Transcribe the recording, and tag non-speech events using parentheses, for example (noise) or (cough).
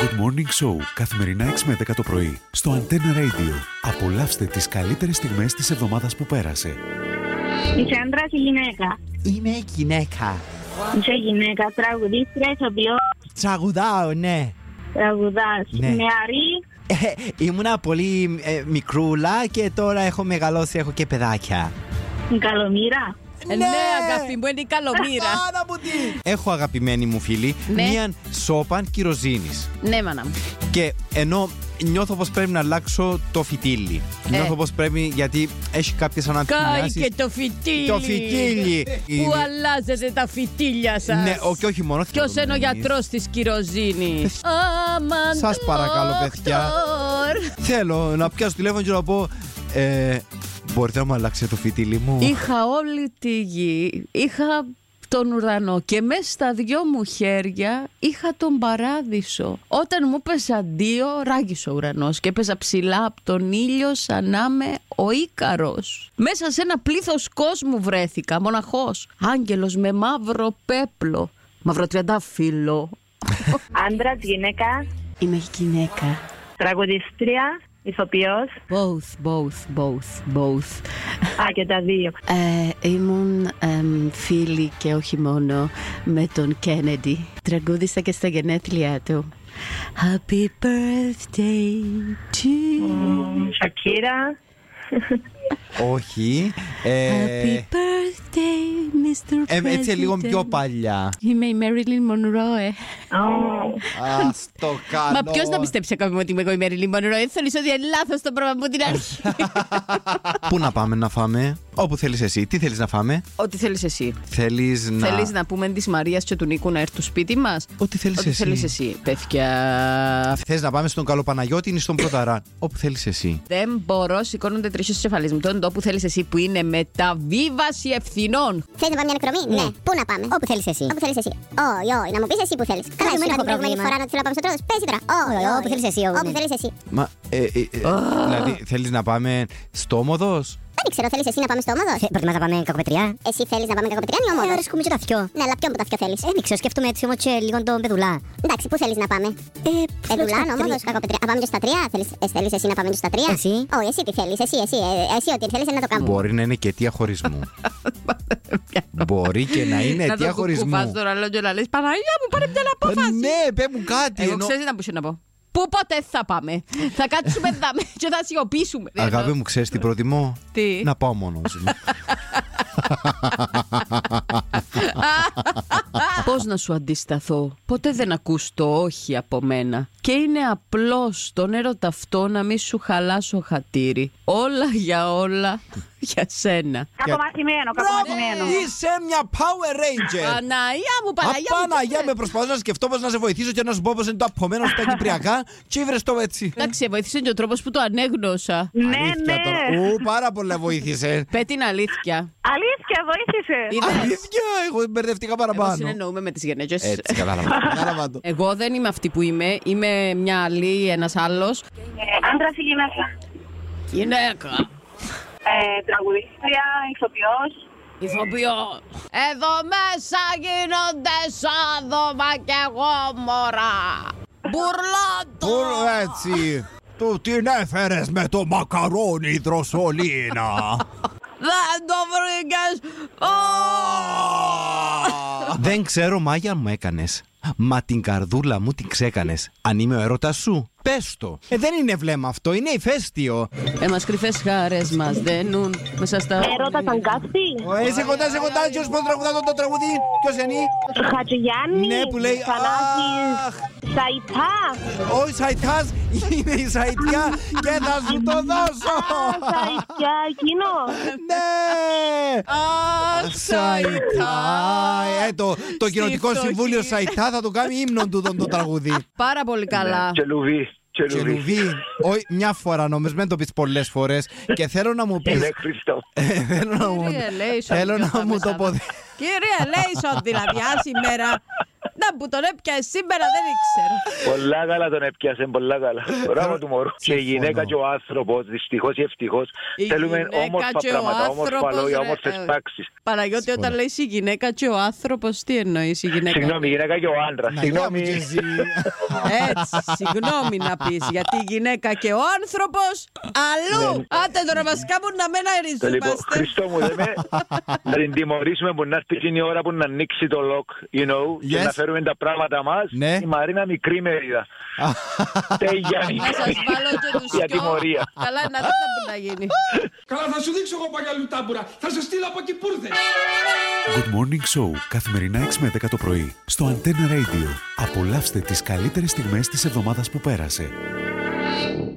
Good Morning Show, καθημερινά 6 με 10 το πρωί, στο Antenna Radio. Απολαύστε τις καλύτερες στιγμές της εβδομάδας που πέρασε. Είσαι άντρας ή γυναίκα. Είμαι γυναίκα. Είσαι γυναίκα. Τραγουδίστρια, ηθοποιός. Τραγουδάω, ναι. Τραγουδάς. Ναι. Νεαρή. Ε, ήμουνα πολύ ε, μικρούλα και τώρα έχω μεγαλώσει, έχω και παιδάκια. Καλομήρα. Ναι, αγάπη μου, είναι η (laughs) καλομήρα. Μάνα μου τι! Έχω αγαπημένη μου φίλη Ναι. μίαν σόπαν κυροζίνης. ναι, μάνα μου. Και ενώ νιώθω πως πρέπει να αλλάξω το φιτίλι. Ε. Νιώθω πως πρέπει γιατί έχει κάποιες Κάει αναπτυνάσεις. και το φιτίλι. Το φιτίλι. Που Είναι- αλλάζετε τα φιτίλια σας. Ναι, ο- και όχι μόνο. Ποιος είναι ο γιατρός της κυροζήνη. Αμαν. Σας παρακαλώ, παιδιά. ντόκτορ. Θέλω να πιάσω τηλέφωνο και να πω ε, μπορείτε να μου αλλάξετε το φιτίλι μου. Είχα όλη τη γη. Είχα τον ουρανό και μέσα στα δυο μου χέρια είχα τον παράδεισο. Όταν μου πέσα δύο, ράγισε ο ουρανός και έπαιζα ψηλά από τον ήλιο σαν να είμαι ο Ίκαρος. Μέσα σε ένα πλήθος κόσμου βρέθηκα, μοναχός, άγγελος με μαύρο πέπλο, μαύρο τριαντάφυλλο. Άντρας, γυναίκα. Είμαι γυναίκα. Τραγουδίστρια, ηθοποιός. Both, both, both, both. Α, και τα δύο. Ε, ήμουν εμ, φίλη και όχι μόνο με τον Κέννεντι. Τραγούδισα και στα γενέθλιά του. Happy birthday to you. Σακύρα. Όχι. Ε, Happy birthday, Mr. ε, President. έτσι λίγο πιο παλιά. Είμαι η Marilyn Monroe. ε. Α το κάνω. Μα ποιος να πιστέψει ακόμη ότι είμαι εγώ η Marilyn Monroe. Θεωρείς ότι είναι λάθο το πράγμα από την αρχή. (laughs) Πού να πάμε να φάμε, όπου θέλεις εσύ. Τι θέλεις να φάμε, Ό,τι θέλεις εσύ. θέλεις να. Θέλεις να πούμε της Μαρίας και του Νίκου να έρθει στο σπίτι μας. Ό,τι θέλεις Ό,τι εσύ. θέλεις εσύ, παιδιά. Θες να πάμε στον Καλοπαναγιώτη ή στον Πρωταρά. όπου θέλεις εσύ. Δεν μπορώ, σηκώνονται τρεις κεφαλέ μου. Τον τόπο θέλεις εσύ που είναι μεταβίβαση ευθυνών. Θέλεις να πάμε μια νεκρομή, ναι. Πού να πάμε. Όπου θέλεις εσύ. Όπου θέλεις εσύ. Όχι, όχι, να μου πεις εσύ που θέλεις. Καλά, σου σου έχω είπα την προηγούμενη πρόβλημα. φορά ότι θέλω να πάμε στο τρόπο. Πέσει τώρα. Όχι, Όχι, όπου θέλεις εσύ, εγώ, Όπου ναι. θέλει εσύ. Μα. Ε, ε, ε, δηλαδή, θέλει να πάμε στο όμοδο. Δεν ξέρω, θέλεις εσύ να πάμε στο όμοδο. Θε- Προτιμάς Ε, να πάμε κακοπετριά. Εσύ θέλεις να πάμε κακοπετριά ή όμοδο. Ε, ρε, σκουμίζω τα θκυο. Ναι, αλλά ποιον από τα δυο θέλεις. Δεν ξέρω, σκέφτομαι έτσι όμως και λίγο τον Ε, πεδουλά. Εντάξει, πού θέλεις να πάμε. Εδουλά, όμοδο, κακοπετριά. Α πάμε και στα τρία. Θέλεις εσύ να πάμε και στα τρία. Εσύ. Όχι, εσύ τι θέλεις. Εσύ, εσύ, ε, εσύ ό,τι θέλεις να το κάνουμε. Μπορεί να είναι και αιτία (laughs) χωρισμού. Μπορεί και να είναι Να το αιτία κουκουβάς χωρισμού. το ραλό και να λες Παναγία μου πάρε μια απόφαση. Ναι, πε μου κάτι. Εγώ ενώ- ξέρεις να που σου να πω. Πού ποτέ θα πάμε. θα (laughs) κάτσουμε δάμε και θα σιωπήσουμε. Αγάπη μου, ξέρεις τι προτιμώ. Τι? Να πάω μόνος (laughs) μου. Πώς να σου αντισταθώ. Ποτέ δεν ακούς το όχι από μένα. Και είναι απλώς τον έρωτα αυτό να μη σου χαλάσω χατήρι. Όλα για όλα για σένα. Κακομαθημένο, κακομαθημένο. Είσαι μια Power ναι, Ranger! Παναγία μου, Παναγία μου. Απαναγία Ε. με προσπαθώ να σκεφτώ πώς να σε βοηθήσω και να σου πω πω είναι το απομένο στα κυπριακά και ήβρες το έτσι. Ε. Εντάξει, βοήθησε και ο τρόπος που το ανέγνωσα. Ναι, Αλήθεια ναι. τώρα. Ου, πάρα πολλά βοήθησε. Πε την αλήθεια. Αλήθεια, βοήθησες. Είδες. Αλήθεια, εγώ μπερδευτικά Εγώ Ε, παραπάνω. συνεννοούμε με τις γενέτειε. Έτσι, κατάλαβα. Κατάλαβα το. Εγώ δεν είμαι αυτή που είμαι. Είμαι μια άλλη, ένας άλλος. Ε, Άντρας ή γυναίκα. Γυναίκα. Ε, Τραγουδίστρια, ηθοποιός. Ηθοποιός. Εδώ μέσα γίνονται σάδομα και εγώ μωρά. Πού Μπουρλότο. έτσι. Του την έφερες με το μακαρόνι δροσολίνα. Δεν το βρήκες. Δεν ξέρω, Μάγια, μου έκανες. Μα την καρδούλα μου την ξέκανες. Αν είμαι ο έρωτας σου, πες το. Ε, δεν είναι βλέμμα αυτό, είναι ηφαίστειο. Ε, μας κρυφές χάρες μας δένουν μέσα στα. Ερώτα τον κάτι. Ο, ε, σε κοντά, σε κοντά, ποιος που τραγουδά το τραγουδί, ποιος είναι. Χατζηγιάννη. Ναι, που λέει, αχ. Θανάτης. Σαϊτάς. Ο Σαϊτάς είναι η Σαϊτιά και θα σου το δώσω. Σαϊτά, εκείνος. Ναι! Αχ, Σαϊτά! Ε, το, το Στη κοινοτικό φτωχή. συμβούλιο Σαϊτά θα το κάνει ύμνον του τον- το τραγουδί. Πάρα πολύ Ναι, καλά. Τσελουβί. Και Τσελουβί. Λουβί, όχι μια φορά νομίζω, μην το πεις πολλές φορές. Και θέλω να μου πεις. Είναι Ναι, Χριστό. θέλω να μου, Κύριε Λέισον, θέλω ποιος να θα μου με το σάβει. πω. (laughs) Κύριε Λέισον, δηλαδή, ας σήμερα. Αυτά που τον έπιασε σήμερα δεν ήξερα. Πολλά καλά τον έπιασε, πολλά καλά. Μπράβο του μωρού. Και η Συμφωνώ. γυναίκα και ο άνθρωπος, δυστυχώς ή ευτυχώς, Η θέλουμε γυναίκα όμορφα και ο πράγματα, όμορφα άνθρωπος, λόγια, ρε, όμορφες ε, πράξεις. Παναγιώτη, όταν Συμφωνώ. λέει η γυναίκα και ο άνθρωπος, τι εννοείς η γυναίκα. Συγγνώμη, η γυναίκα και ο άντρας. Συγγνώμη. Έτσι, συγγνώμη να πεις. Γιατί η γυναίκα και ο άνθρωπος αλλού. Άντε τώρα μας κάνουν να μένα Το Ναι. λοιπόν, ριζόμαστε. Χριστό μου, δεν (laughs) με. να την τιμωρήσουμε που να έρθει εκείνη η ώρα που να ανοίξει το lock, you know, και Yes. να φέρουμε τα πράγματα μας. Ναι. Η Μαρίνα μικρή μερίδα. Τέγια Να σας μικρή. βάλω και τους Για δυο. τιμωρία. Καλά, να δω τα που να γίνει. Καλά, θα σου δείξω εγώ παλιά τάμπουρα. Θα σε στείλω από εκεί που ήρθες. Good Morning Show, καθημερινά 6 με 10 το πρωί, στο Antenna Radio. Απολαύστε τις καλύτερες στιγμές της εβδομάδας που πέρασε.